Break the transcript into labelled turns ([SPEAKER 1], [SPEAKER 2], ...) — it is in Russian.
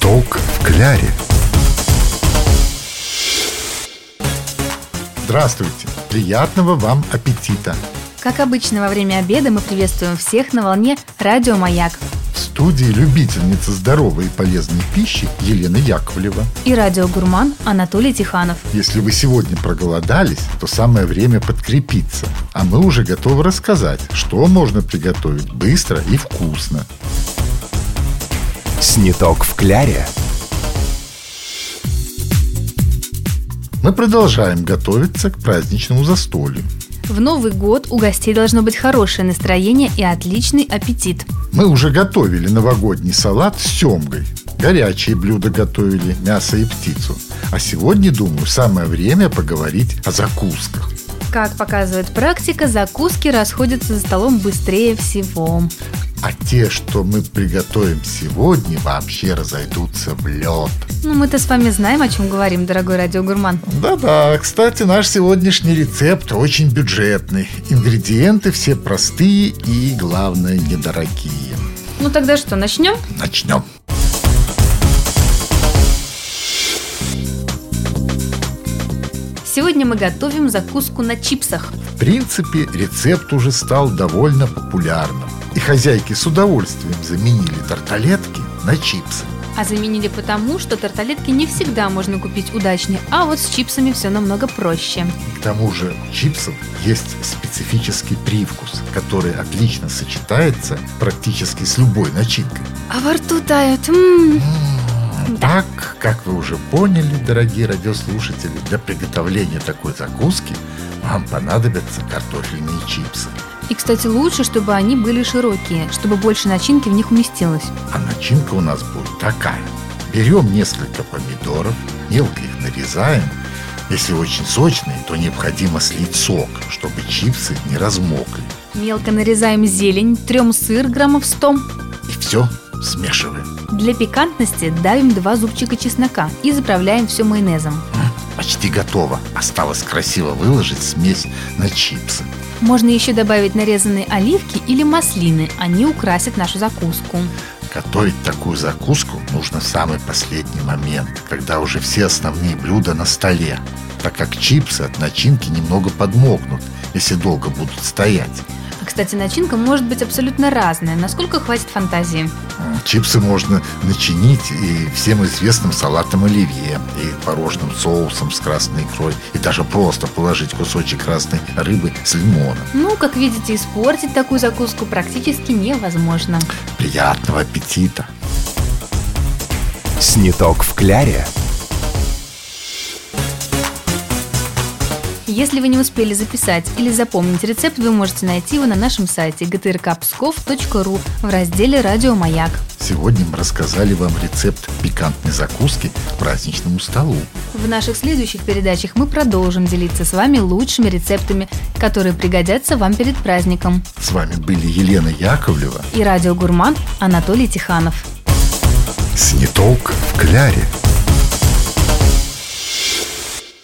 [SPEAKER 1] Толк в кляре. Здравствуйте! Приятного вам аппетита!
[SPEAKER 2] Как обычно, во время обеда мы приветствуем всех на волне «Радио Маяк»
[SPEAKER 1] В студии любительница здоровой и полезной пищи Елена Яковлева.
[SPEAKER 2] и радиогурман Анатолий Тиханов.
[SPEAKER 1] Если вы сегодня проголодались, то самое время подкрепиться. А мы уже готовы рассказать, что можно приготовить быстро и вкусно.
[SPEAKER 3] Сниток в кляре.
[SPEAKER 1] Мы продолжаем готовиться к праздничному застолью.
[SPEAKER 2] В Новый год у гостей должно быть хорошее настроение и отличный аппетит.
[SPEAKER 1] Мы уже готовили новогодний салат с семгой. Горячие блюда готовили, мясо и птицу. А сегодня, думаю, самое время поговорить о закусках.
[SPEAKER 2] Как показывает практика, закуски расходятся за столом быстрее всего.
[SPEAKER 1] А те, что мы приготовим сегодня, вообще разойдутся в лед.
[SPEAKER 2] Ну, мы-то с вами знаем, о чем говорим, дорогой радиогурман.
[SPEAKER 1] Да-да, кстати, наш сегодняшний рецепт очень бюджетный. Ингредиенты все простые и, главное, недорогие.
[SPEAKER 2] Ну тогда что, начнем?
[SPEAKER 1] Начнем.
[SPEAKER 2] Сегодня мы готовим закуску на чипсах.
[SPEAKER 1] В принципе, рецепт уже стал довольно популярным. И хозяйки с удовольствием заменили тарталетки на чипсы.
[SPEAKER 2] А заменили потому, что тарталетки не всегда можно купить удачнее, а вот с чипсами все намного проще.
[SPEAKER 1] И к тому же у чипсов есть специфический привкус, который отлично сочетается практически с любой начинкой.
[SPEAKER 2] А во рту тают. м-м. М.
[SPEAKER 1] М, Так, как вы уже поняли, дорогие радиослушатели, для приготовления такой закуски вам понадобятся картофельные чипсы.
[SPEAKER 2] И, кстати, лучше, чтобы они были широкие, чтобы больше начинки в них уместилось.
[SPEAKER 1] А начинка у нас будет такая. Берем несколько помидоров, мелко их нарезаем. Если очень сочные, то необходимо слить сок, чтобы чипсы не размокли.
[SPEAKER 2] Мелко нарезаем зелень, трем сыр граммов 100.
[SPEAKER 1] И все смешиваем.
[SPEAKER 2] Для пикантности давим два зубчика чеснока и заправляем все майонезом.
[SPEAKER 1] М, Почти готово. Осталось красиво выложить смесь на чипсы.
[SPEAKER 2] Можно еще добавить нарезанные оливки или маслины, они украсят нашу закуску.
[SPEAKER 1] Готовить такую закуску нужно в самый последний момент, когда уже все основные блюда на столе, так как чипсы от начинки немного подмокнут, если долго будут стоять.
[SPEAKER 2] А, Кстати, начинка может быть абсолютно разная, насколько хватит фантазии.
[SPEAKER 1] М, Чипсы можно начинить и всем известным салатом оливье, и творожным соусом с красной икрой, и даже просто положить кусочек красной рыбы с лимоном.
[SPEAKER 2] Ну, как видите, испортить такую закуску практически невозможно.
[SPEAKER 1] Приятного аппетита!
[SPEAKER 3] Сниток в кляре.
[SPEAKER 2] Если вы не успели записать или запомнить рецепт, вы можете найти его на нашем сайте gtrkpskov.ru в разделе «Радио Маяк».
[SPEAKER 1] Сегодня мы рассказали вам рецепт пикантной закуски к праздничному столу.
[SPEAKER 2] В наших следующих передачах мы продолжим делиться с вами лучшими рецептами, которые пригодятся вам перед праздником.
[SPEAKER 1] С вами были Елена Яковлева
[SPEAKER 2] И радиогурман Анатолий Тиханов.
[SPEAKER 1] Сниток в кляре.